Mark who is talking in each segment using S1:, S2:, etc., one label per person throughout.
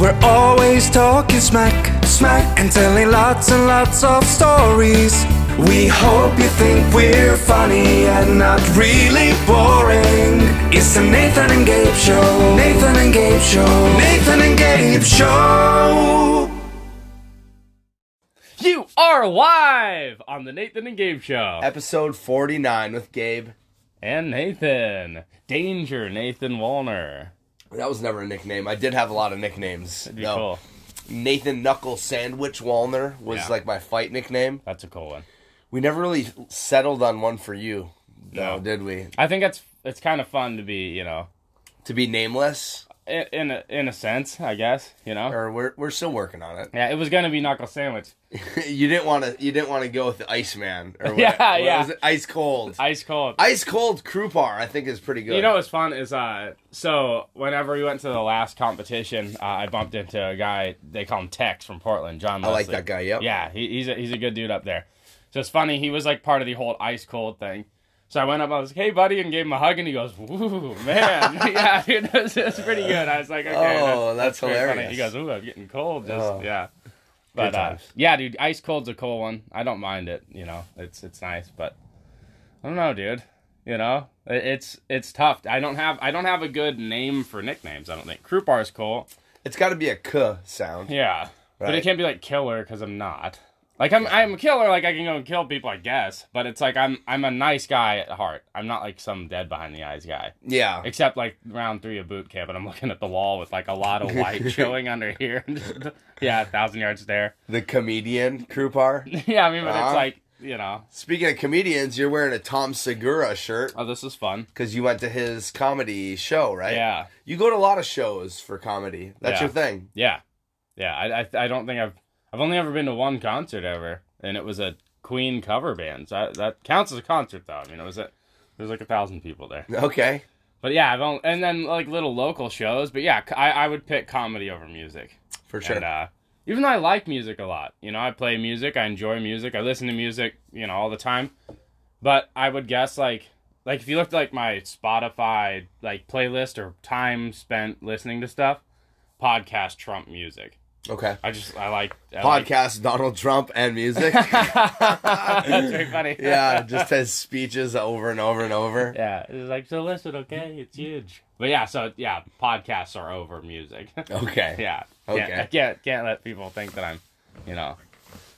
S1: We're always talking smack, smack, and telling lots and lots of stories. We hope you think we're funny and not really boring. It's the Nathan and Gabe Show. Nathan and Gabe Show. Nathan and Gabe Show.
S2: You are live on the Nathan and Gabe Show.
S3: Episode 49 with Gabe.
S2: And Nathan. Danger, Nathan Wallner.
S3: That was never a nickname. I did have a lot of nicknames.
S2: That'd be cool.
S3: Nathan Knuckle Sandwich Walner was
S2: Yeah.
S3: like my fight nickname.
S2: That's a cool one.
S3: We never really settled on one for you, though,
S2: No.
S3: did we?
S2: I think that's it's kind of fun to be, you know,
S3: To be nameless,
S2: in, in a in a sense, I guess, you know.
S3: or we're we're still working on it.
S2: Yeah, it was gonna be knuckle sandwich,
S3: you didn't want to. You didn't want to go with the Iceman. Or what,
S2: Yeah,
S3: what
S2: yeah.
S3: was it? Ice cold.
S2: ice cold.
S3: Ice cold crew bar. I think is pretty good.
S2: You know what's fun is uh so whenever we went to the last competition, uh, I bumped into a guy they call him Tex from Portland, John.
S3: I like
S2: Leslie.
S3: that guy, yep.
S2: Yeah, he, he's a, he's a good dude up there. So it's funny he was like part of the whole ice cold thing. So I went up, I was like, "Hey, buddy," and gave him a hug, and he goes, "Ooh, man, yeah, dude, that's, that's pretty good." I was like, "Okay,
S3: Oh, that's
S2: pretty
S3: hilarious.
S2: He goes, "Ooh, I'm getting cold." Just
S3: Oh.
S2: yeah, but uh,
S3: times.
S2: yeah, dude, ice cold's a cool one. I don't mind it. You know, it's it's nice, but I don't know, dude. You know, It- it's it's tough. I don't have I don't have a good name for nicknames. I don't think Croup bar is cool.
S3: it's got to be a k sound.
S2: Yeah, but it
S3: Right.
S2: can't be like killer because I'm not. Like I'm I'm a killer. Like I can go and kill people, I guess. But it's like I'm I'm a nice guy at heart. I'm not like some dead behind the eyes guy.
S3: Yeah.
S2: Except like round three of boot camp, and I'm looking at the wall with like a lot of white showing under here. yeah, a thousand yard stare.
S3: The comedian crew bar.
S2: Yeah, I mean, but
S3: Uh-huh.
S2: it's like you know.
S3: Speaking of comedians, you're wearing a Tom Segura shirt.
S2: Oh, this is fun.
S3: because you went to his comedy show, right?
S2: Yeah.
S3: You go to a lot of shows for comedy. That's
S2: Yeah.
S3: your thing.
S2: Yeah, yeah. I, I I don't think I've I've only ever been to one concert ever, and it was a Queen cover band. So that that counts as a concert though. I mean, it was a there's like a thousand people there.
S3: Okay.
S2: But yeah, I've only, and then like little local shows. But yeah, c- I, I would pick comedy over music.
S3: For sure.
S2: And, uh, even though I like music a lot, you know, I play music, I enjoy music, I listen to music, you know, all the time. But I would guess like like if you looked at, like my Spotify like playlist or time spent listening to stuff, podcast trump music.
S3: okay.
S2: I just I like I like-
S3: Podcast, Donald Trump, and music.
S2: That's very funny.
S3: yeah, just his speeches over and over and over.
S2: Yeah, it's like so listen, okay, it's huge. But yeah, so yeah, podcasts are over music.
S3: Okay.
S2: Yeah.
S3: Okay.
S2: Can't, I can't can't let people think that I'm, you know,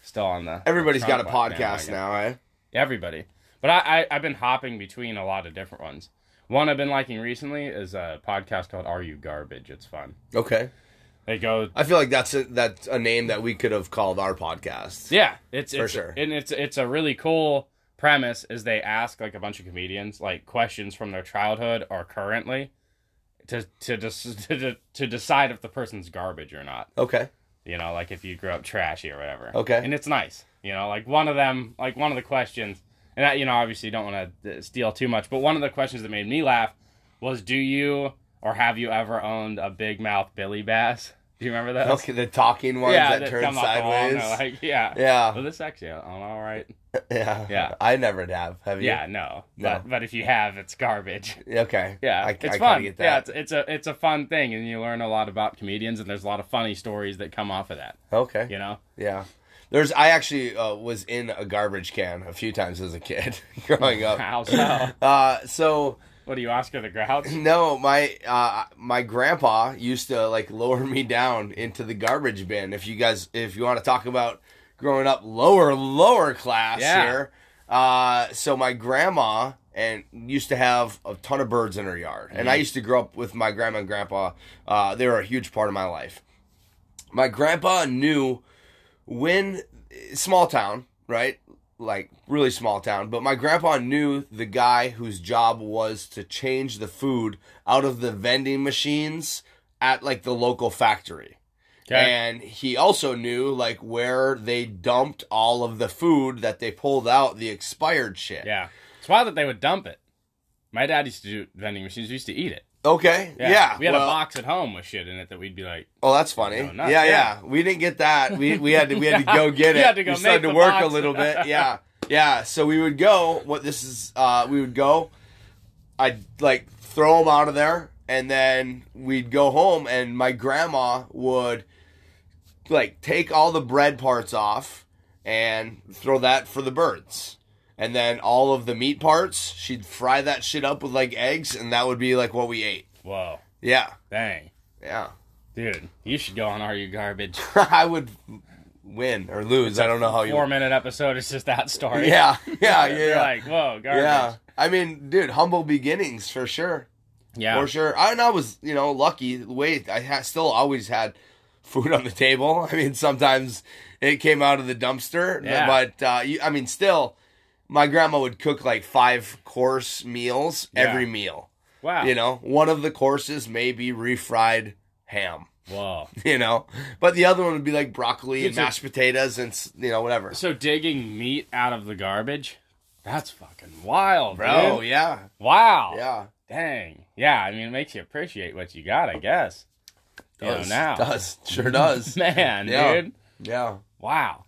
S2: still on the.
S3: Everybody's
S2: Trump
S3: got a
S2: bandwagon.
S3: podcast now, eh?
S2: Everybody, but I, I I've been hopping between a lot of different ones. One I've been liking recently is a podcast called "Are You Garbage." It's fun.
S3: Okay.
S2: They go.
S3: I feel like that's a, that's a name that we could have called our podcast.
S2: Yeah, it's it's
S3: sure.
S2: and it's it's a really cool premise. Is they ask like a bunch of comedians like questions from their childhood or currently. To to, dis- to de- to decide if the person's garbage or not.
S3: Okay.
S2: you know, like if you grew up trashy or whatever.
S3: Okay.
S2: And it's nice, you know, like one of them, like one of the questions, and I, you know, obviously don't want to steal too much, but one of the questions that made me laugh was, "Do you or have you ever owned a big mouth Billy Bass?" Do you remember that?
S3: Okay, the talking ones
S2: yeah,
S3: that, turn
S2: come up along,
S3: sideways.
S2: they're like, yeah. Well,
S3: yeah.
S2: this actually, I'm all right.
S3: Yeah.
S2: Yeah.
S3: I never have. Have you?
S2: Yeah, no,
S3: No.
S2: But, but if you have, it's garbage.
S3: Okay.
S2: Yeah,
S3: I,
S2: it's
S3: I kinda
S2: fun.
S3: Get
S2: Yeah, it's,
S3: that.
S2: it's a it's a fun thing, and you learn a lot about comedians, and there's a lot of funny stories that come off of that.
S3: okay.
S2: You know,
S3: Yeah. There's I actually uh, was in a garbage can a few times as a kid growing up.
S2: how so?
S3: Uh, so
S2: What do you, Oscar the Grouch?
S3: no, my uh, my grandpa used to like lower me down into the garbage bin. If you guys, if you want to talk about growing up lower lower class
S2: Yeah.
S3: here, uh, so my grandma and used to have a ton of birds in her yard, and I used to grow up with my grandma and grandpa. Uh, they were a huge part of my life. My grandpa knew when small town, right? Like really small town, but my grandpa knew the guy whose job was to change the food out of the vending machines at like the local factory. And he also knew like where they dumped all of the food that they pulled out, the expired shit.
S2: Yeah. It's wild that they would dump it. My dad used to do vending machines. We used to eat it.
S3: Okay. Yeah. yeah
S2: We had a
S3: well-
S2: box at home with shit in it that we'd be like,
S3: Oh, that's funny.
S2: No, not-
S3: yeah,
S2: yeah.
S3: yeah, We didn't get that. We we had to we had to go get it.
S2: You had to go
S3: we started
S2: make
S3: to
S2: the
S3: work a
S2: box.
S3: little bit. Yeah, yeah. So we would go. What this is, uh, we would go. I'd like throw them out of there. and then we'd go home and my grandma would like take all the bread parts off and throw that for the birds and then all of the meat parts she'd fry that shit up with like eggs and that would be like what we ate
S2: Whoa.
S3: yeah
S2: Dang.
S3: yeah
S2: Dude, you should go on Are You Garbage.
S3: i would win or lose i don't know how you
S2: Four minute episode is just that story.
S3: yeah yeah yeah
S2: You're
S3: yeah.
S2: like, whoa, garbage.
S3: yeah i mean dude humble beginnings for sure
S2: Yeah.
S3: for sure. I, and I was, you know, lucky. The way I ha- still always had food on the table. I mean, sometimes it came out of the dumpster,
S2: Yeah.
S3: but uh, you, I mean, still, my grandma would cook like five course meals every
S2: Yeah.
S3: meal.
S2: Wow.
S3: You know, one of the courses may be refried ham.
S2: Whoa.
S3: You know, but the other one would be like broccoli and
S2: Dude, so-
S3: mashed potatoes and s- you know whatever.
S2: So digging meat out of the garbage? That's fucking wild,
S3: Bro,
S2: dude.
S3: yeah,
S2: Wow.
S3: yeah.
S2: Dang. Yeah, I mean, it makes you appreciate what you got, I guess. You know,
S3: Does,
S2: now.
S3: does sure does.
S2: Man,
S3: Yeah.
S2: dude.
S3: yeah.
S2: Wow.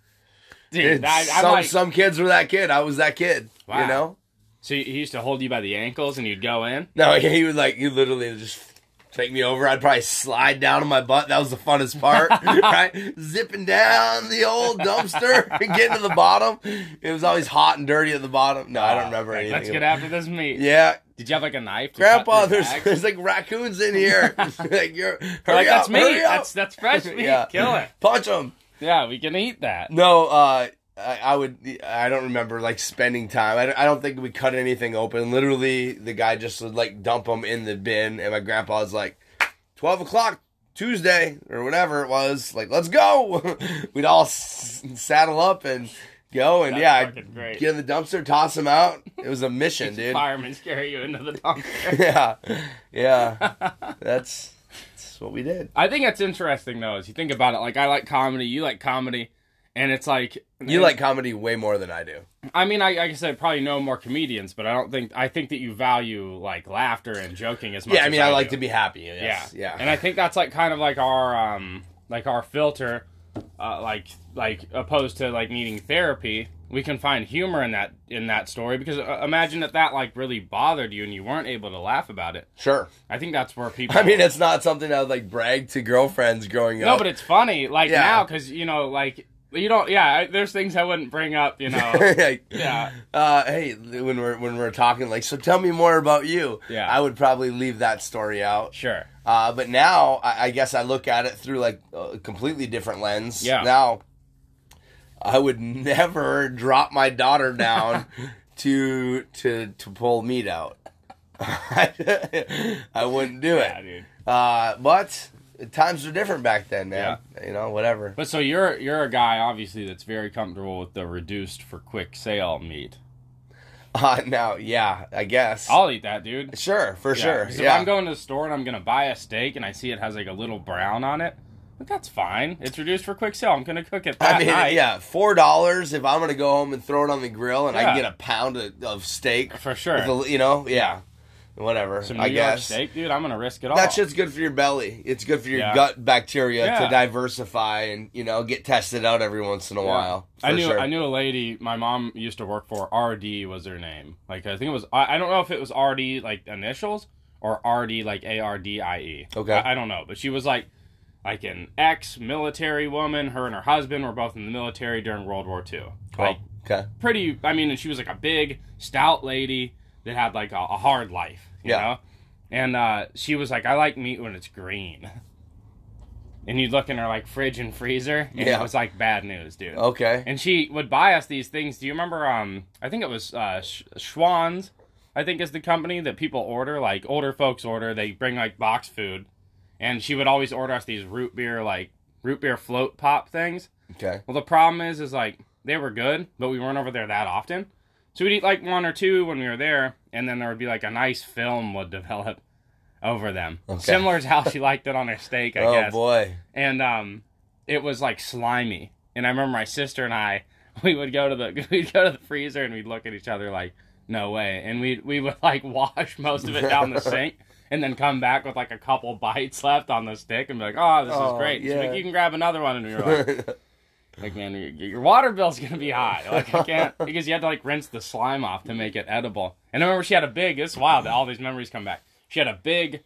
S2: Dude,
S3: Dude,
S2: I, I'm
S3: some
S2: like,
S3: some kids were that kid. I was that kid.
S2: Wow.
S3: You know?
S2: so he used to hold you by the ankles and you'd go in?
S3: No, he he would like he literally would just take me over. I'd probably slide down on my butt. That was the funnest part, right? Zipping down the old dumpster and getting to the bottom. It was always hot and dirty at the bottom. No, I don't remember
S2: Like,
S3: anything.
S2: Let's get after this meat.
S3: Yeah,
S2: Did you have like a knife? to cut
S3: Grandpa,
S2: through
S3: there's
S2: bags?
S3: there's like raccoons in here. like you're
S2: They're
S3: hurry
S2: like that's
S3: up,
S2: meat.
S3: hurry up.
S2: That's that's fresh meat.
S3: Yeah.
S2: Kill it.
S3: Punch them.
S2: Yeah, we can eat that.
S3: No, uh, I, I would. I don't remember like spending time. I don't, I don't think we cut anything open. Literally, the guy just would like dump them in the bin, and my grandpa was like, 12 o'clock Tuesday or whatever it was. Like, let's go. We'd all s- saddle up and go, and
S2: That's
S3: yeah, I'd
S2: fucking great.
S3: get in the dumpster, toss them out. It was a mission, dude.
S2: Firemen carry you into the dumpster.
S3: yeah, yeah. That's that's what we did.
S2: I think that's interesting though, as you think about it. Like I like comedy, you like comedy, and it's like
S3: You like comedy way more than I do.
S2: I mean, I like I said, probably know more comedians, but I don't think I think that you value like laughter and joking as much.
S3: Yeah, I mean,
S2: as
S3: I like
S2: do.
S3: to be happy.
S2: yeah
S3: Yes. Yeah,
S2: and i think that's like kind of like our um like our filter uh, like like opposed to like needing therapy we can find humor in that in that story because uh, imagine that that like really bothered you and you weren't able to laugh about it
S3: sure.
S2: i think that's where people
S3: I mean, it's not something I would like brag to girlfriends growing
S2: no
S3: up.
S2: but it's funny like
S3: Yeah.
S2: now because you know like you don't yeah I, there's things i wouldn't bring up you know
S3: like,
S2: Yeah.
S3: Uh, hey, when we're when we're talking, like, so tell me more about you.
S2: Yeah.
S3: I would probably leave that story out.
S2: sure
S3: Uh, but now I, I guess I look at it through like a completely different lens.
S2: Yeah.
S3: Now, I would never drop my daughter down to to to pull meat out. I wouldn't do
S2: yeah
S3: it.
S2: dude
S3: Uh, but times were different back then, man. You know, whatever.
S2: but so you're you're a guy obviously that's very comfortable with the reduced for quick sale meat
S3: Uh, now, yeah, I guess.
S2: i'll eat that dude
S3: sure, for
S2: Yeah,
S3: sure.
S2: 'cause
S3: Yeah.
S2: If I'm going to the store and I'm going to buy a steak and I see it has like a little brown on it, but that's fine. It's reduced for quick sale. I'm going to cook it that
S3: I mean,
S2: night.
S3: yeah, four dollars if I'm gonna go home and throw it on the grill, and I
S2: Yeah.
S3: get a pound of, of steak.
S2: For sure.
S3: with a- you know, yeah, whatever.
S2: Some New
S3: I
S2: York
S3: guess
S2: steak, dude. I'm going to risk it all.
S3: that shit's good for your belly. It's good for your
S2: Yeah.
S3: gut bacteria
S2: Yeah.
S3: to diversify and you know get tested out every once in a
S2: Yeah.
S3: while. For
S2: I knew
S3: sure.
S2: I knew a lady my mom used to work for. RD was her name. Like I think it was I, I don't know if it was RD like initials or RD like A R D I E.
S3: Okay.
S2: I, I don't know, but she was like like an ex military woman. Her and her husband were both in the military during World War II. Like
S3: Oh, Okay.
S2: pretty. I mean, and she was like a big, stout lady that had like a, a hard life, you
S3: Yeah.
S2: know. And uh, she was like, "I like meat when it's green." And you'd look in her like fridge and freezer, and it
S3: Yeah. Oh.
S2: was like bad news, dude.
S3: Okay.
S2: And she would buy us these things. Do you remember? Um, I think it was uh, Sch- Schwann's. I think is the company that people order. Like older folks order. They bring like box food, and she would always order us these root beer like root beer float pop things.
S3: okay.
S2: Well, the problem is, is like they were good, but we weren't over there that often. So we'd eat like one or two when we were there, and then there would be like a nice film would develop over them.
S3: Okay.
S2: Similar to how she liked it on her steak, I
S3: oh
S2: guess.
S3: boy.
S2: And um, it was like slimy. And I remember my sister and I, we would go to the we'd go to the freezer and we'd look at each other like, no way. And we we would like wash most of it down the sink. And then come back with like a couple bites left on the stick and be like, oh, this is
S3: Oh,
S2: great. She's
S3: yeah.
S2: like, you can grab another one. And we were like, like, man, your, your water bill's gonna be high. Like, I can't because you had to like rinse the slime off to make it edible. And I remember she had a big. This is wild. that All these memories come back. She had a big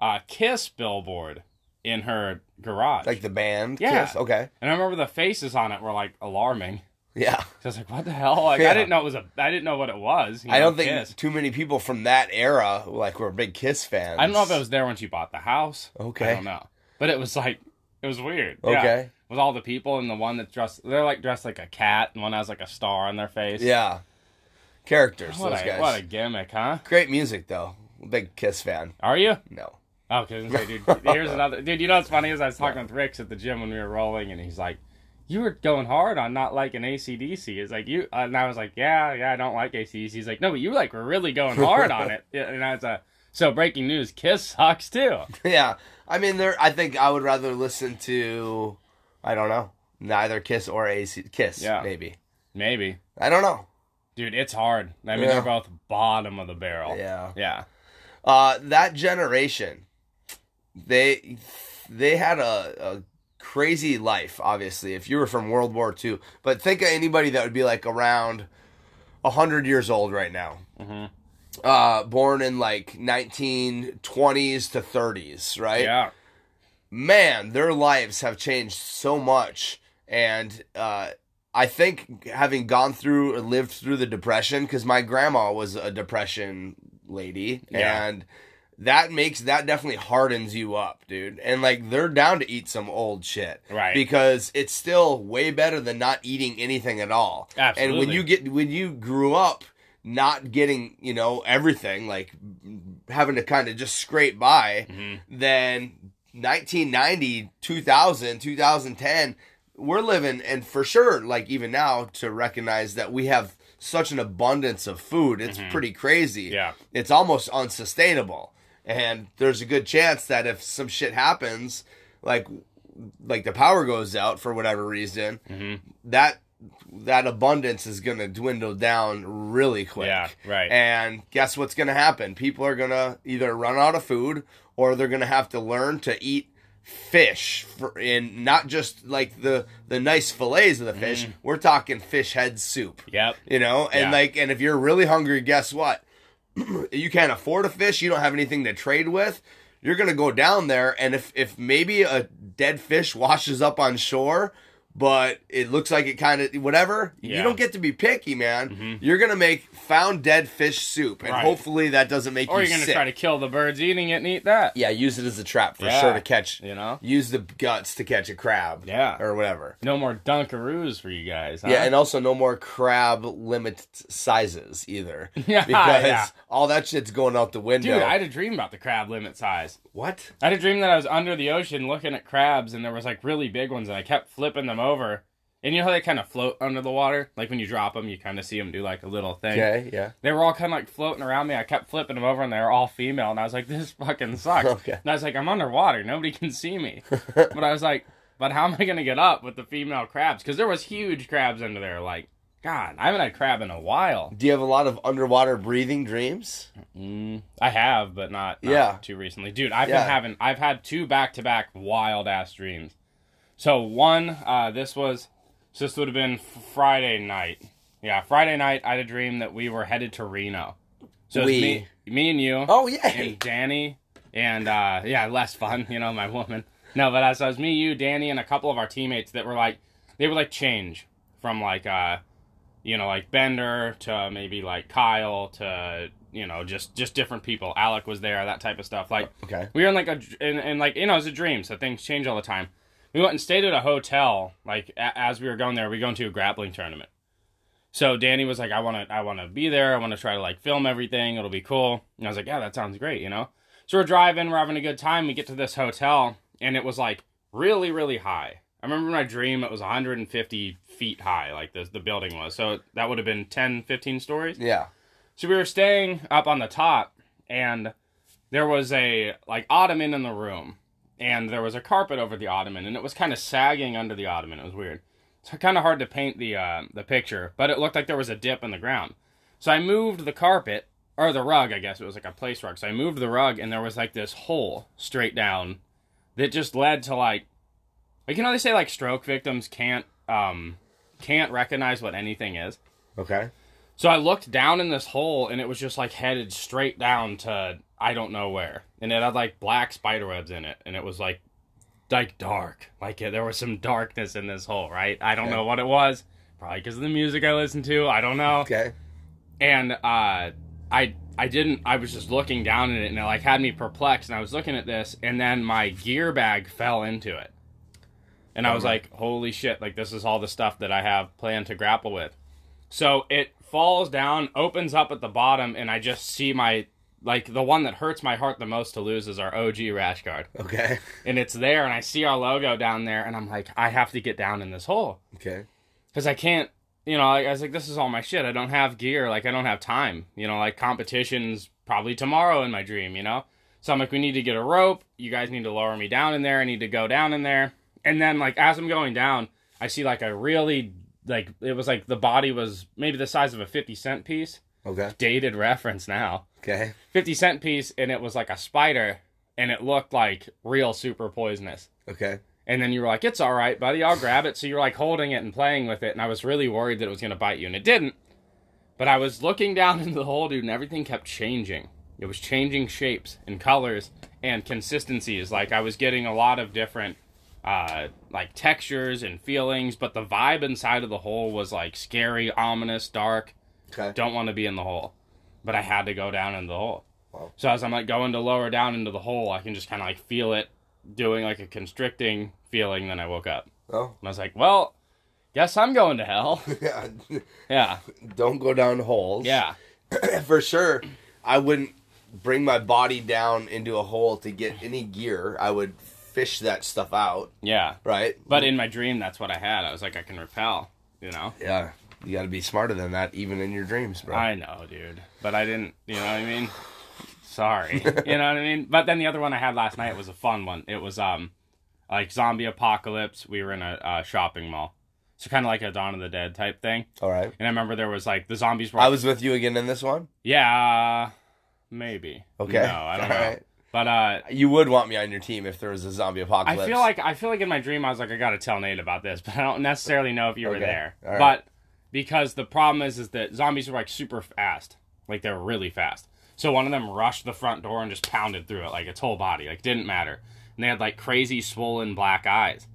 S2: uh, Kiss billboard in her garage.
S3: Like the band?
S2: Yeah.
S3: Kiss? Okay.
S2: and I remember the faces on it were like alarming.
S3: Yeah.
S2: So I was like, "What the hell?" Like
S3: Yeah.
S2: I didn't know it was a. I didn't know what it was. you
S3: I
S2: know,
S3: don't think
S2: Kiss.
S3: too many people from that era like were big Kiss fans.
S2: I don't know if it was there when she bought the house.
S3: Okay.
S2: I don't know, but it was like it was weird. Yeah.
S3: Okay.
S2: With all the people and the one that's dressed, they're like dressed like a cat, and one has like a star on their face.
S3: Yeah. Characters,
S2: What
S3: those
S2: a,
S3: guys.
S2: what a gimmick, huh?
S3: Great music though. Big Kiss fan.
S2: Are you?
S3: No.
S2: Oh, cause I was gonna say, dude, here's another dude. You know what's funny is I was talking with Ricks at the gym when we were rolling, and he's like, "You were going hard on not liking ACDC." It's like you, and I was like, "Yeah, yeah, I don't like ACDC." He's like, "No, but you like were really going hard on it." Yeah, And I was like, "So breaking news, Kiss sucks too."
S3: Yeah. I mean there I think I would rather listen to I don't know. Neither Kiss or AC Kiss,
S2: Yeah.
S3: maybe.
S2: Maybe,
S3: I don't know.
S2: dude, it's hard. I mean,
S3: Yeah.
S2: they're both bottom of the barrel.
S3: Yeah.
S2: yeah,
S3: Uh that generation they they had a, a crazy life, obviously, if you were from World War II. But think of anybody that would be like around hundred years old right now. Uh, born in like 1920s to 30s, right?
S2: yeah.
S3: man, their lives have changed so much. And uh, I think having gone through or lived through the depression, because my grandma was a depression lady,
S2: Yeah.
S3: and that makes that definitely hardens you up, dude. And like they're down to eat some old shit,
S2: Right.
S3: Because it's still way better than not eating anything at all. And when
S2: Absolutely.
S3: you get when you grew up not getting you know everything like having to kind of just scrape by then 1990 2000 2010 we're living and for sure like even now to recognize that we have such an abundance of food it's pretty crazy
S2: Yeah.
S3: it's almost unsustainable and there's a good chance that if some shit happens like like the power goes out for whatever reason
S2: Mm-hmm.
S3: that that abundance is going to dwindle down really quick
S2: Yeah, right.
S3: and guess what's going to happen? People are going to either run out of food or they're going to have to learn to eat fish for, and not just like the the nice fillets of the fish. We're talking fish head soup.
S2: Mm. Yep.
S3: You know,
S2: Yeah.
S3: and like and if you're really hungry, guess what? you can't afford a fish, you don't have anything to trade with. You're going to go down there and if if maybe a dead fish washes up on shore, but it looks like it kind of whatever, you
S2: Yeah. Mm-hmm.
S3: don't get to be picky, man. You're going to make found dead fish soup and
S2: Right.
S3: hopefully that doesn't make
S2: Or
S3: you
S2: you're gonna
S3: sick.
S2: try to kill the birds eating it and eat that.
S3: yeah, use it as a trap for
S2: Yeah.
S3: sure to catch,
S2: You know?
S3: Use the guts to catch a crab.
S2: Yeah. Uh-huh.
S3: Or whatever.
S2: No more Dunkaroos for you guys. Huh?
S3: Yeah, and also no more crab limit sizes either.
S2: Yeah,
S3: because
S2: yeah.
S3: all that shit's going out the window.
S2: Dude, I had a dream about the crab limit size.
S3: what?
S2: I had a dream that I was under the ocean looking at crabs, and there was like really big ones, and I kept flipping them over. And you know how they kind of float under the water? Like when you drop them, you kind of see them do like a little thing.
S3: Okay, yeah.
S2: They were all kind of like floating around me. I kept flipping them over, and they were all female. And I was like, "This fucking sucks."
S3: Okay.
S2: And I was like, "I'm underwater. Nobody can see me." but I was like, "But how am I gonna get up with the female crabs?" Because there was huge crabs under there. Like, God, I haven't had crab in a while.
S3: Do you have a lot of underwater breathing dreams?
S2: Mm, I have, but not, not
S3: Yeah.
S2: too recently. Dude, I've
S3: Yeah.
S2: been having I've had two back to back wild ass dreams. So one, uh, this was so this would have been Friday night. Yeah, Friday night I had a dream that we were headed to Reno. So it's
S3: We.
S2: me me and you
S3: Oh yeah.
S2: and Danny and uh yeah, less fun, you know, my woman. No, but uh, so it was me, you, Danny, and a couple of our teammates that were like they were like change from like uh you know, like Bender to maybe like Kyle to you know, just just different people. Alec was there, that type of stuff. Like
S3: Okay.
S2: we were in like a dr- and, and like you know, it's a dream, so things change all the time. We went and stayed at a hotel. Like a- as we were going there, we go into a grappling tournament. So Danny was like, "I want to, I want to be there. I want to try to like film everything. It'll be cool." And I was like, "Yeah, that sounds great," you know. So we're driving, we're having a good time. We get to this hotel, and it was like really, really high. I remember in my dream, it was 150 feet high, like the the building was. So that would have been 10, 15 stories.
S3: Yeah.
S2: So we were staying up on the top, and there was a like ottoman in the room, and there was a carpet over the ottoman, and it was kind of sagging under the ottoman. It was weird. It's kind of hard to paint the uh, the picture, but it looked like there was a dip in the ground. So I moved the carpet or the rug, I guess it was like a place rug. So I moved the rug, and there was like this hole straight down that just led to like like you know they say like stroke victims can't um can't recognize what anything is.
S3: Okay.
S2: So I looked down in this hole and it was just like headed straight down to I don't know where. And it had like black spider webs in it and it was like like dark. Like it, there was some darkness in this hole, right? I don't know what it was. Probably because of the music I listened to. I don't know.
S3: Okay.
S2: And uh I I didn't I was just looking down at it and it like had me perplexed and I was looking at this and then my gear bag fell into it. And I was like, holy shit, like this is all the stuff that I have planned to grapple with. So it falls down, opens up at the bottom, and I just see my like the one that hurts my heart the most to lose is our OG rash guard.
S3: Okay.
S2: And it's there and I see our logo down there and I'm like, I have to get down in this hole.
S3: Okay.
S2: Cause I can't you know, I, I was like, this is all my shit. I don't have gear, like I don't have time. You know, like competitions probably tomorrow in my dream, you know? So I'm like, we need to get a rope. You guys need to lower me down in there. I need to go down in there. And then like as I'm going down, I see like a really like it was like the body was maybe the size of a fifty cent piece
S3: Okay.
S2: dated reference now.
S3: Okay.
S2: 50 cent piece and it was like a spider and it looked like real super poisonous.
S3: Okay.
S2: And then you were like, it's all right, buddy, I'll grab it. So you're like holding it and playing with it. And I was really worried that it was going to bite you and it didn't. But I was looking down into the hole, dude, and everything kept changing. It was changing shapes and colors and consistencies. Like I was getting a lot of different uh like textures and feelings but the vibe inside of the hole was like scary ominous dark
S3: Okay.
S2: don't want to be in the hole. But I had to go down in the hole.
S3: Wow.
S2: So as I'm like going to lower down into the hole, I can just kind of like feel it doing like a constricting feeling. Then I woke up
S3: Oh.
S2: and I was like, well, guess I'm going to hell.
S3: Yeah.
S2: yeah.
S3: Don't go down holes.
S2: Yeah.
S3: for sure, I wouldn't bring my body down into a hole to get any gear. I would fish that stuff out,
S2: Yeah.
S3: right?
S2: But in my dream, that's what I had. I was like, I can repel, you know?
S3: yeah, you got to be smarter than that, even in your dreams, bro.
S2: I know, dude. But I didn't, you know what I mean? Sorry. You know what I mean? But then the other one I had last night was a fun one. It was um like zombie apocalypse. We were in a uh, shopping mall. So kind of like a Dawn of the Dead type thing.
S3: All right.
S2: And I remember there was like the zombies were
S3: I was with you again in this one.
S2: Yeah, maybe.
S3: Okay.
S2: No, I don't know.
S3: Alright.
S2: But uh
S3: You would want me on your team if there was a zombie
S2: I
S3: apocalypse.
S2: feel like I feel like in my dream I was like I gotta tell Nate about this, but I don't necessarily know if you were
S3: Okay.
S2: there.
S3: All right.
S2: But because the problem is is that zombies are like super fast, like they're really fast. So one of them rushed the front door and just pounded through it like its whole body, like didn't matter. And they had like crazy swollen black eyes,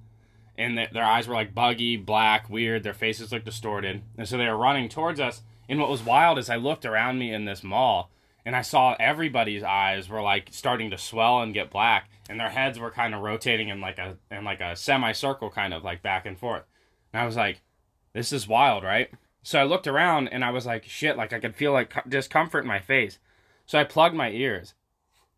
S2: and th- their eyes were like buggy, black, weird. Their faces looked distorted, and so they were running towards us. And what was wild is I looked around me in this mall. And I saw everybody's eyes were like starting to swell and get black, and their heads were kind of rotating in like a in like a semicircle, kind of like back and forth. And I was like, this is wild, right? So I looked around and I was like, shit, like I could feel like co- discomfort in my face. So I plugged my ears.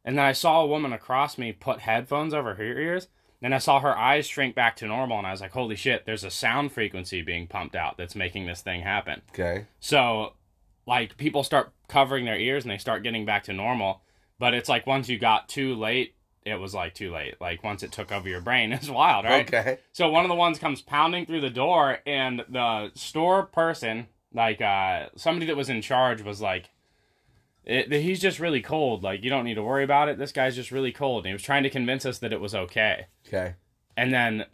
S2: And then I saw a woman across me put headphones over her ears. And I saw her eyes shrink back to normal. And I was like, holy shit, there's a sound frequency being pumped out that's making this thing happen.
S3: Okay.
S2: So, like, people start covering their ears and they start getting back to normal. But it's like once you got too late, it was like too late. Like, once it took over your brain, it's wild, right?
S3: Okay.
S2: So one of the ones comes pounding through the door, and the store person, like uh, somebody that was in charge, was like, it, "He's just really cold. Like you don't need to worry about it. This guy's just really cold." And he was trying to convince us that it was okay.
S3: Okay.
S2: And then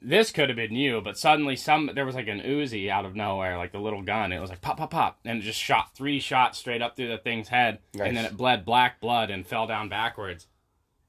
S2: this could have been you, but suddenly some there was like an Uzi out of nowhere, like the little gun. It was like pop, pop, pop, and it just shot three shots straight up through the thing's head,
S3: Nice.
S2: and then it bled black blood and fell down backwards.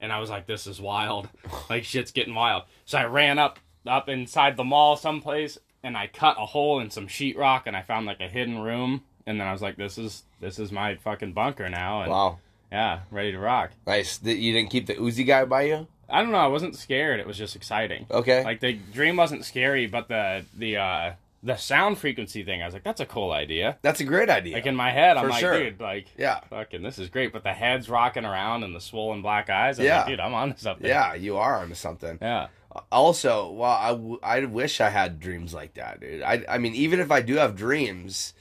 S2: And I was like, "This is wild! like shit's getting wild." So I ran up up inside the mall someplace, and I cut a hole in some sheetrock, and I found like a hidden room. And then I was like, "This is this is my fucking bunker now." And
S3: Wow.
S2: yeah, ready to rock.
S3: Nice. Th- You didn't keep the Uzi guy by you?
S2: I don't know. I wasn't scared. It was just exciting.
S3: Okay.
S2: Like the dream wasn't scary, but the the uh the sound frequency thing, I was like, that's a cool idea.
S3: That's a great idea.
S2: Like in my head, I'm
S3: For
S2: like,
S3: sure.
S2: dude, like
S3: yeah.
S2: fucking this is great. But the heads rocking around and the swollen black eyes, I'm
S3: Yeah.
S2: like, dude, I'm on to something.
S3: Yeah, you are onto something.
S2: Yeah.
S3: Also, well, I, w- I wish I had dreams like that, dude. I, I mean, even if I do have dreams,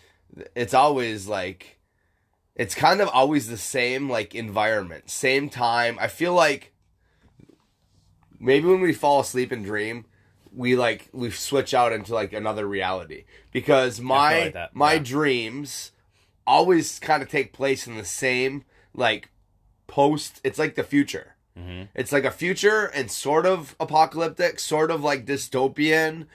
S3: it's always like, it's kind of always the same, like, environment, same time. I feel like maybe when we fall asleep and dream, we like we switch out into like another reality because my
S2: like that,
S3: my
S2: yeah.
S3: dreams always kind of take place in the same like post it's like the future it's like a future and sort of apocalyptic sort of like dystopian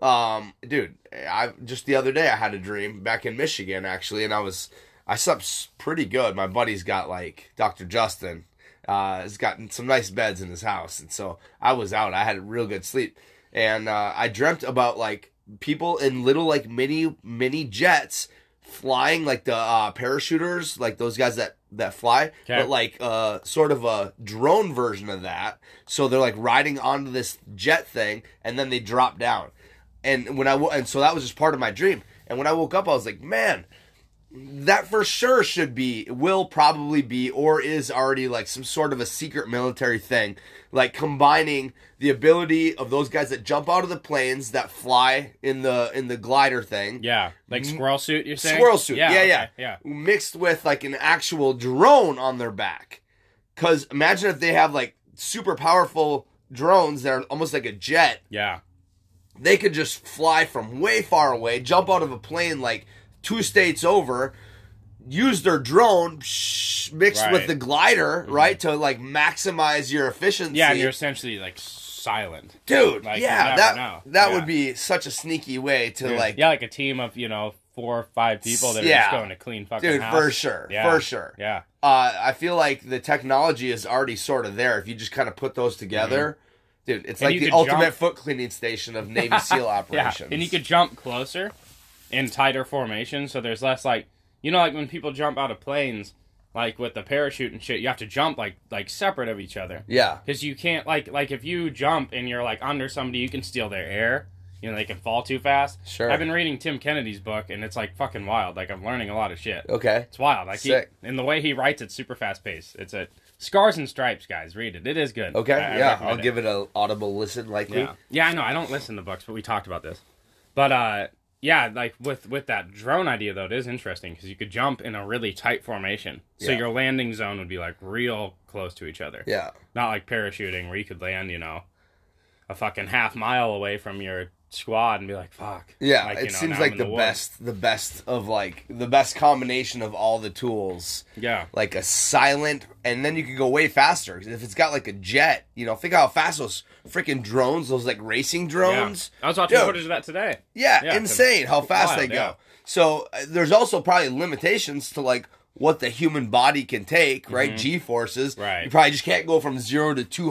S3: Um, dude, I just the other day I had a dream back in Michigan actually, and I was I slept s- pretty good. My buddy's got like Dr. Justin. Uh, has got some nice beds in his house, and so I was out. I had a real good sleep, and uh, I dreamt about like people in little like mini mini jets flying like the uh, parachuters, like those guys that that fly,
S2: Okay.
S3: but like uh, sort of a drone version of that. So they're like riding onto this jet thing, and then they drop down. And when I wo- and so that was just part of my dream. And when I woke up, I was like, man, that for sure should be will probably be or is already like some sort of a secret military thing like combining the ability of those guys that jump out of the planes that fly in the in the glider thing
S2: Yeah, like squirrel suit. You're saying
S3: Mm-hmm. squirrel suit yeah yeah,
S2: okay,
S3: yeah
S2: yeah.
S3: mixed with like an actual drone on their back cuz imagine if they have like super powerful drones that are almost like a jet
S2: Yeah.
S3: they could just fly from way far away, jump out of a plane like two states over, use their drone psh, mixed
S2: Right. Mm-hmm.
S3: with the glider, right, to like maximize your efficiency.
S2: Yeah, and you're essentially like silent.
S3: dude,
S2: like, you
S3: yeah,
S2: never
S3: that
S2: know.
S3: that
S2: Yeah.
S3: would be such a sneaky way to like,
S2: yeah, like a team of you know four or five people that are
S3: Yeah.
S2: just going to clean fucking
S3: dude,
S2: house.
S3: for sure,
S2: Yeah.
S3: for sure.
S2: Yeah,
S3: Uh, I feel like the technology is already sort of there if you just kind of put those together. Dude, it's
S2: Mm-hmm. And
S3: like
S2: you
S3: the
S2: could jump-
S3: ultimate foot cleaning station of Navy SEAL
S2: yeah.
S3: operations.
S2: And you could jump closer in tighter formation, so there's less like you know like when people jump out of planes, like with the parachute and shit, you have to jump like like separate of each other.
S3: yeah,
S2: because you can't like like if you jump and you're like under somebody, you can steal their air. You know they can fall too fast.
S3: Sure.
S2: I've been reading Tim Kennedy's book and it's like fucking wild. Like I'm learning a lot of shit.
S3: okay,
S2: It's wild. Like he,
S3: Sick.
S2: and the way he writes it's super fast paced. It's a Scars and Stripes, guys. Read it. It is good.
S3: okay,
S2: I- I
S3: yeah.
S2: recommend
S3: I'll give it an audible listen, likely.
S2: yeah. yeah, I know. I don't listen to books, but we talked about this. But uh, yeah, like with with that drone idea though, it is interesting because you could jump in a really tight formation, so
S3: Yeah.
S2: your landing zone would be like real close to each other.
S3: Yeah.
S2: Not like parachuting where you could land, you know, a fucking half mile away from your squad and be like, "Fuck."
S3: Yeah,
S2: Like, you
S3: it
S2: know, now
S3: seems
S2: I'm
S3: like
S2: in
S3: the,
S2: woods.
S3: best, the best of like the best combination of all the tools.
S2: Yeah.
S3: Like a silent, and then you can go way faster 'Cause if it's got like a jet. You know, think how fast those freaking drones, those like racing
S2: yeah.
S3: drones.
S2: I was watching
S3: Dude.
S2: footage of that today.
S3: Yeah,
S2: Yeah, it's
S3: insane how fast
S2: wild,
S3: they go.
S2: yeah.
S3: So uh, there's also probably limitations to like what the human body can take, right? G forces.
S2: Mm-hmm. Right. Mm-hmm.
S3: You probably just can't go from zero to two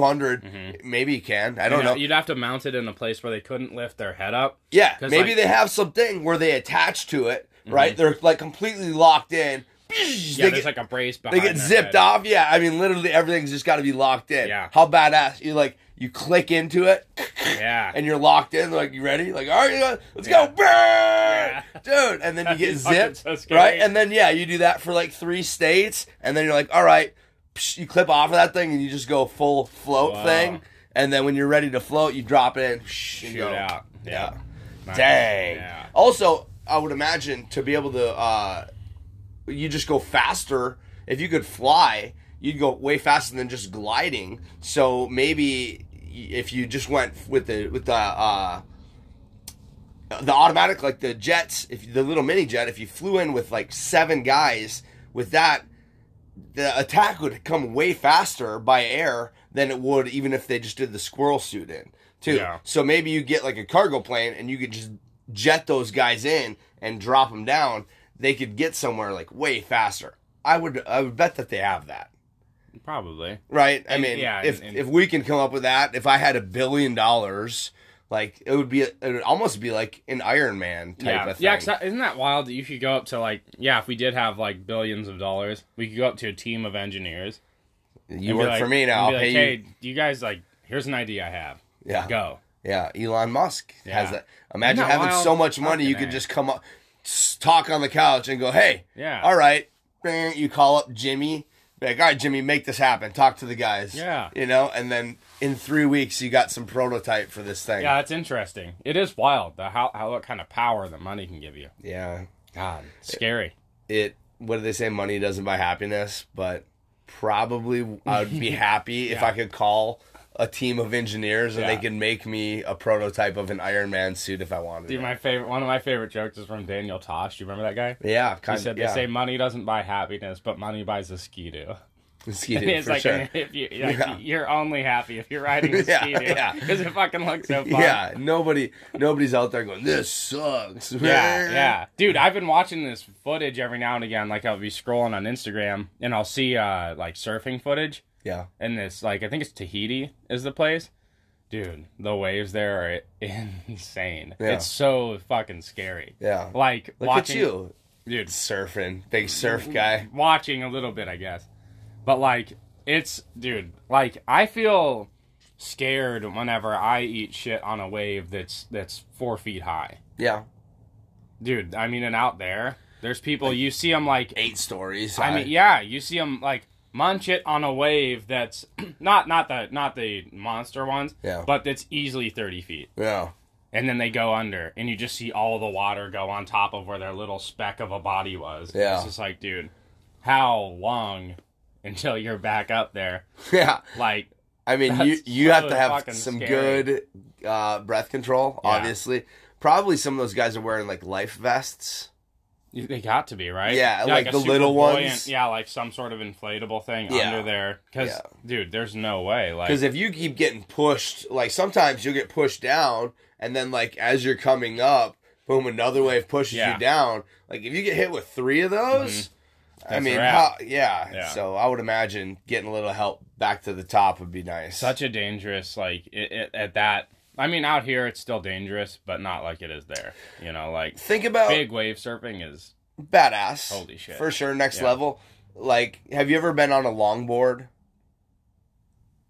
S3: Maybe you can. I don't
S2: You
S3: know.
S2: know, You'd have to mount it in a place where they couldn't lift their head up.
S3: Oh, Yeah,
S2: 'Cause,
S3: maybe
S2: like- Mm-hmm.
S3: they have something where they attach to it, right? They're like completely locked in.
S2: Yeah,
S3: they
S2: there's
S3: get,
S2: like a brace behind.
S3: they get
S2: their
S3: zipped
S2: head.
S3: off. Yeah, I mean, literally everything's just got to be locked in.
S2: Yeah.
S3: how badass! You like you click into it
S2: Yeah.
S3: and you're locked in. Like you ready? Like all right, let's
S2: Yeah.
S3: go, Brrr! dude! And then you get
S2: Fucking
S3: zipped,
S2: so scary.
S3: right? And then yeah, you do that for like three states, and then you're like, all right, psh, you clip off of that thing, and you just go full float
S2: Wow.
S3: thing. And then when you're ready to float, you drop in, psh, and
S2: shoot
S3: go.
S2: out. Yeah. Nice.
S3: Dang.
S2: Yeah.
S3: Also, I would imagine to be able to, uh, you just go faster. If you could fly, you'd go way faster than just gliding. So maybe y- if you just went with the with the uh, the automatic, like the jets, if the little mini jet, if you flew in with like seven guys with that, the attack would come way faster by air than it would even if they just did the squirrel suit in too.
S2: Yeah.
S3: So maybe you get like a cargo plane and you could just jet those guys in and drop them down. They could get somewhere like way faster. I would I would bet that they have that.
S2: Probably.
S3: Right? I
S2: And-
S3: mean,
S2: yeah,
S3: if
S2: and- and-
S3: if we can come up with that, if I had a billion dollars, like it would be it would almost be like an Iron Man type
S2: yeah.
S3: of thing.
S2: Yeah. 'cause that- isn't that wild that you could go up to like yeah if we did have like billions of dollars we could go up to a team of engineers.
S3: you
S2: and be
S3: work
S2: like-
S3: for me now.
S2: and
S3: I'll
S2: be like,
S3: pay
S2: hey,
S3: you.
S2: you guys like here's an idea I have.
S3: Yeah.
S2: Go.
S3: Yeah, Elon Musk has
S2: Yeah.
S3: that. Imagine
S2: Isn't that
S3: having
S2: wild?
S3: so much money, you
S2: Fucking
S3: could
S2: A.
S3: just come up, s- talk on the couch, and go, "Hey,
S2: Yeah.
S3: all right." Bing, You call up Jimmy, be like, "All right, Jimmy, make this happen. Talk to the guys."
S2: Yeah.
S3: you know, and then in three weeks, you got some prototype for this thing.
S2: Yeah, that's interesting. It is wild the how how what kind of power that money can give you.
S3: yeah.
S2: God, scary.
S3: It. What do they say? Money doesn't buy happiness, but probably I would be happy if I could call a team of engineers and
S2: Yeah.
S3: they could make me a prototype of an Iron Man suit if I wanted.
S2: Dude,
S3: it.
S2: my favorite one of my favorite jokes is from Daniel Tosh. Do you remember that guy?
S3: yeah, kind
S2: He said
S3: yeah.
S2: they say money doesn't buy happiness, but money buys a ski doo.
S3: Ski
S2: And
S3: doo,
S2: it's
S3: for
S2: like,
S3: sure.
S2: if you, like,
S3: Yeah.
S2: you're only happy if you're riding a
S3: Yeah,
S2: ski doo.
S3: yeah.
S2: Because it fucking looks so fun.
S3: Yeah, nobody, nobody's out there going, "This sucks."
S2: Yeah, yeah. Dude, I've been watching this footage every now and again. Like I'll be scrolling on Instagram and I'll see uh like surfing footage
S3: yeah.
S2: and this like I think it's Tahiti is the place. Dude, the waves there are insane.
S3: Yeah.
S2: It's so fucking scary.
S3: Yeah.
S2: Like
S3: Look
S2: watching Mm-hmm.
S3: at you,
S2: dude
S3: surfing, big surf guy.
S2: watching a little bit, I guess. But like it's dude, like I feel scared whenever I eat shit on a wave that's that's four feet high.
S3: Yeah,
S2: dude i mean and out there there's people you see them like
S3: eight stories.
S2: i mean yeah you see them like munch it on a wave that's not not the not the monster ones
S3: Yeah.
S2: but that's easily 30 feet
S3: yeah,
S2: and then they go under and you just see all the water go on top of where their little speck of a body was
S3: Yeah.
S2: it's just like dude how long until you're back up there
S3: yeah.
S2: like
S3: I mean, you
S2: That's
S3: you have
S2: so
S3: to have
S2: fucking
S3: some
S2: scary.
S3: good uh, breath control.
S2: Yeah.
S3: Obviously, probably some of those guys are wearing like life vests.
S2: you- they got to be right
S3: Yeah, like
S2: a
S3: the
S2: super
S3: little
S2: buoyant-
S3: ones.
S2: yeah like some sort of inflatable thing
S3: Yeah.
S2: under there because
S3: Yeah.
S2: dude there's no way like
S3: Because if you keep getting pushed, like sometimes you'll get pushed down, and then like as you're coming up, boom, another wave pushes
S2: Yeah. Mm-hmm.
S3: you down. Like if you get hit with three of those, I
S2: That's
S3: mean,
S2: a wrap.
S3: how, yeah.
S2: Yeah.
S3: So I would imagine getting a little help back to the top would be nice.
S2: such a dangerous like it, it, at that i mean out here it's still dangerous but not like it is there you know like
S3: Think about
S2: big wave surfing is
S3: badass.
S2: Holy shit.
S3: For sure, next
S2: Yeah.
S3: level. Like, have you ever been on a longboard?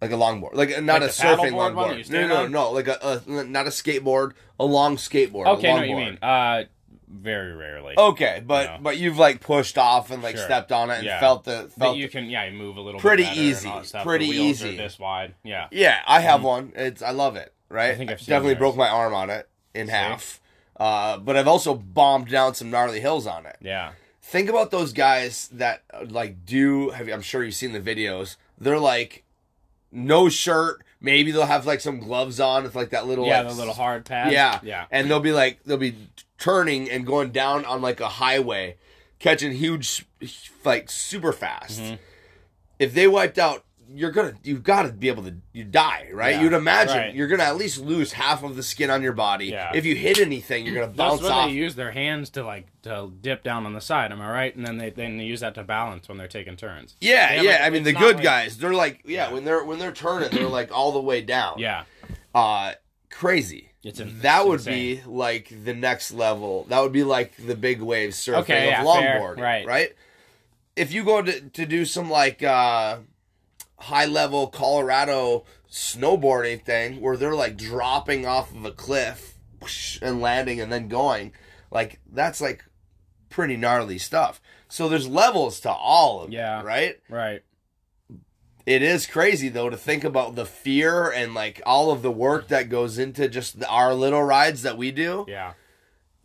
S3: Like a longboard, like uh, not
S2: Like
S3: a
S2: the
S3: surfing
S2: paddleboard one that you
S3: longboard. No,
S2: stand
S3: no,
S2: on?
S3: no, like a, a not a skateboard, a long skateboard. a
S2: okay I know what you
S3: longboard.
S2: mean uh very rarely
S3: Okay, but
S2: No.
S3: but you've like pushed off and like
S2: Sure.
S3: stepped on it and
S2: Yeah.
S3: felt the
S2: but
S3: felt.
S2: you can yeah you move a little
S3: Pretty
S2: bit better and
S3: easy,
S2: all that stuff. The
S3: pretty
S2: wheels are
S3: easy.
S2: this wide yeah
S3: yeah, I have one. It's I love it. Right,
S2: Mm-hmm. I think I've seen
S3: definitely
S2: theirs.
S3: broke my arm on it in half. Uh, but I've also bombed down some gnarly hills on it.
S2: yeah
S3: think about those guys that uh, like do have I'm sure you've seen the videos. They're like no shirt, maybe they'll have like some gloves on with like that little
S2: yeah
S3: like,
S2: the little hard pad
S3: Yeah.
S2: yeah
S3: And they'll be like they'll be turning and going down on like a highway, catching huge like super fast.
S2: Mm-hmm.
S3: If they wiped out you're gonna you've gotta be able to you die, right?
S2: Yeah,
S3: You'd imagine
S2: right.
S3: you're gonna at least lose half of the skin on your body.
S2: Yeah.
S3: If you hit anything, you're gonna
S2: that's
S3: bounce
S2: when
S3: off.
S2: they use their hands to like to dip down on the side. Am I right? And then they then they use that to balance when they're taking turns. They
S3: Yeah,
S2: have,
S3: yeah.
S2: like-
S3: I mean,
S2: it's
S3: the
S2: not
S3: good
S2: like-
S3: guys, they're like, yeah,
S2: Yeah.
S3: when they're when they're turning, they're like all the way down.
S2: Yeah,
S3: Uh, crazy.
S2: It's in-
S3: that
S2: it's
S3: would be like the next level. That would be like the big wave surfing
S2: Okay,
S3: of
S2: yeah, fair,
S3: longboarding,
S2: right.
S3: Right. If you go to to do some like uh, high level Colorado snowboarding thing where they're like dropping off of a cliff whoosh, and landing and then going, like that's like pretty gnarly stuff. So there's levels to all of
S2: Yeah.
S3: it, right?
S2: right.
S3: it is crazy though to think about the fear and like all of the work that goes into just the, our little rides that we do
S2: Yeah,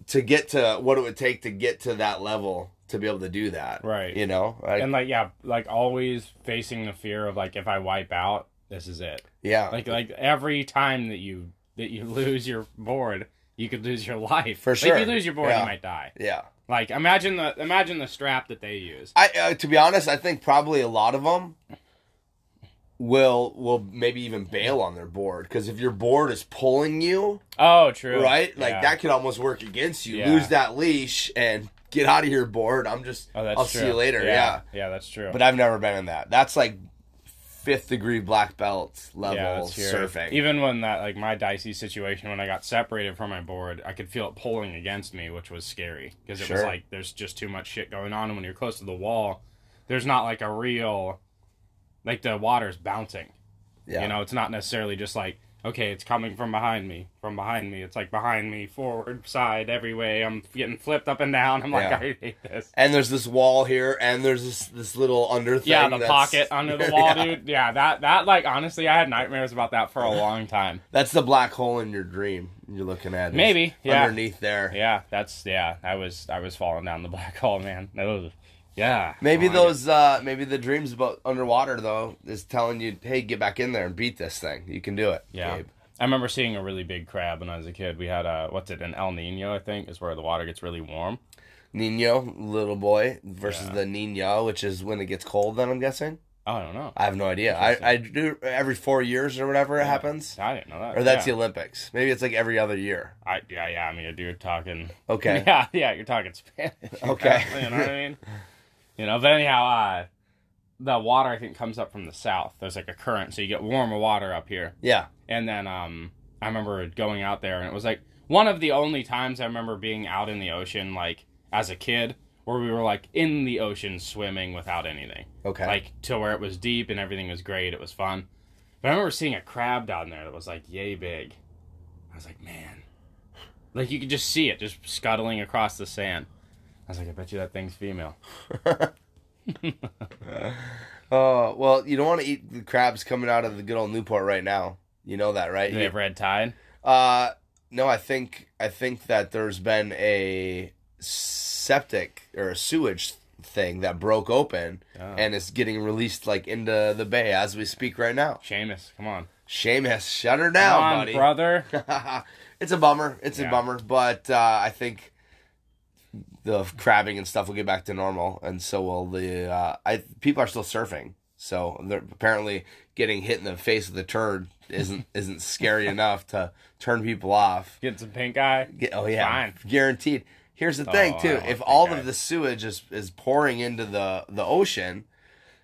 S3: to get to what it would take to get to that level to be able to do that.
S2: Right.
S3: You know. Like,
S2: and like yeah, like always facing the fear of like if I wipe out, this is it.
S3: yeah.
S2: Like like every time that you that you lose your board, you could lose your life.
S3: For
S2: Like,
S3: sure.
S2: if you lose your board,
S3: Yeah.
S2: you might die.
S3: yeah.
S2: Like imagine the imagine the strap that they use.
S3: I uh, to be honest, I think probably a lot of them will will maybe even bail on their board because if your board is pulling you,
S2: Oh, true.
S3: right? Like
S2: Yeah.
S3: that could almost work against you.
S2: Yeah.
S3: Lose that leash and get out of your board. I'm just
S2: Oh, that's
S3: I'll
S2: true.
S3: see you later. yeah.
S2: yeah. Yeah, that's true.
S3: But I've never been in that. That's like fifth degree black belt level
S2: yeah, that's true.
S3: surfing.
S2: Even when that like my dicey situation when I got separated from my board, I could feel it pulling against me, which was scary because it was
S3: Sure.
S2: like there's just too much shit going on and when you're close to the wall, there's not like a real like the water's bouncing.
S3: yeah.
S2: You know, it's not necessarily just like, okay, it's coming from behind me, from behind me. It's like behind me, forward, side, every way. I'm getting flipped up and down. I'm like,
S3: Yeah.
S2: I hate this.
S3: And there's this wall here, and there's this this little under thing.
S2: Yeah, the
S3: that's-
S2: pocket under the wall,
S3: Yeah.
S2: dude. Yeah, that that like honestly, I had nightmares about that for a long time.
S3: That's the black hole in your dream you're looking at. is
S2: Maybe, yeah.
S3: Underneath there.
S2: Yeah, that's yeah. I was I was falling down the black hole, man. That was, yeah.
S3: Maybe
S2: Oh,
S3: those, uh, maybe the dreams about underwater though is telling you, hey, get back in there and beat this thing. You can do it.
S2: Yeah.
S3: Gabe."
S2: I remember seeing a really big crab when I was a kid. We had a what's it an El Nino, I think, is where the water gets really warm.
S3: Nino, little boy, versus the Nino, which is when it gets cold. Then I'm guessing.
S2: Oh, I don't know.
S3: I have no idea. I, I do every four years or whatever it happens.
S2: I didn't know that.
S3: Or that's
S2: yeah.
S3: the Olympics. Maybe it's like every other year.
S2: I, yeah, yeah. I mean, dude, you're talking.
S3: Okay.
S2: Yeah, yeah. You're talking Spanish.
S3: Okay.
S2: you know what I mean? You know, but anyhow, uh, the water I think comes up from the south. There's like a current, so you get warmer water up here.
S3: Yeah.
S2: And then um, I remember going out there, and it was like one of the only times I remember being out in the ocean, like as a kid, where we were like in the ocean swimming without anything,
S3: Okay.
S2: like to where it was deep and everything was great. It was fun. But I remember seeing a crab down there that was like yay big. I was like, man, like you could just see it just scuttling across the sand. I was like, I bet you that thing's female.
S3: Oh well, you don't want to eat the crabs coming out of the good old Newport right now. You know that, right?
S2: Do they have red tide?
S3: Uh, no, I think I think that there's been a septic or a sewage thing that broke open
S2: Oh.
S3: and it's getting released like into the bay as we speak right now.
S2: Seamus, come on.
S3: Seamus, shut her
S2: Come
S3: down,
S2: on,
S3: buddy.
S2: brother.
S3: it's a bummer. It's
S2: Yeah.
S3: a bummer, but uh, I think the crabbing and stuff will get back to normal, and so will the. Uh, I people are still surfing, so they're apparently getting hit in the face with a turd isn't isn't scary enough to turn people off.
S2: Get some pink eye.
S3: Get- oh yeah,
S2: Fine. Oh,
S3: guaranteed. Here's the thing
S2: I
S3: too:
S2: don't
S3: if
S2: think
S3: all
S2: I-
S3: of the sewage is is pouring into the the ocean,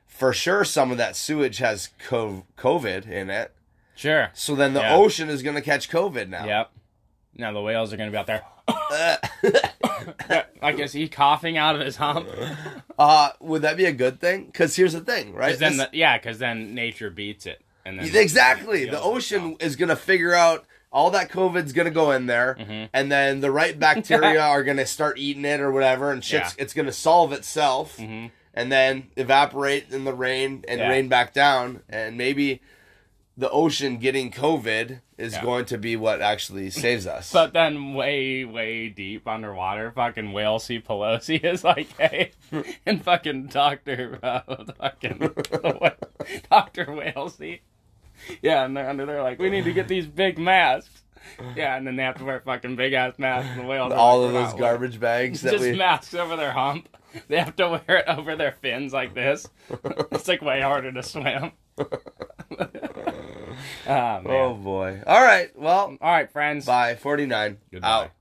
S3: for sure some of that sewage has co- COVID in it.
S2: Sure.
S3: So then the
S2: Yeah.
S3: ocean is going to catch COVID now.
S2: Yep. Now the whales are going to be out there. like, is he coughing out of his hump?
S3: Uh, would that be a good thing? Because here's the thing, right?
S2: 'Cause then
S3: This-
S2: the, yeah, because then nature beats it. And then
S3: exactly.
S2: Yeah,
S3: The
S2: that's
S3: ocean is going to figure out all that COVID's going to go in there,
S2: Mm-hmm.
S3: and then the right bacteria are going to start eating it or whatever, and shit's,
S2: Yeah. Mm-hmm.
S3: it's going to solve itself and then evaporate in the rain and
S2: Yeah.
S3: rain back down. And maybe the ocean getting COVID is
S2: Yeah.
S3: going to be what actually saves us.
S2: But then, way, way deep underwater, fucking whale C. Pelosi is like, hey, and fucking Doctor, uh, fucking Doctor Whale C. Yeah, and they're under there like, we need to get these big masks. Yeah, and then they have to wear fucking big ass masks. And the whales, are
S3: all
S2: like,
S3: of
S2: "We're
S3: those
S2: not wearing
S3: garbage bags that
S2: just
S3: we.
S2: masks over their hump. They have to wear it over their fins like this. it's like way harder to swim. oh man.
S3: Oh boy. All right. Well,
S2: All right, friends.
S3: bye. 49.
S2: Goodbye.
S3: Out.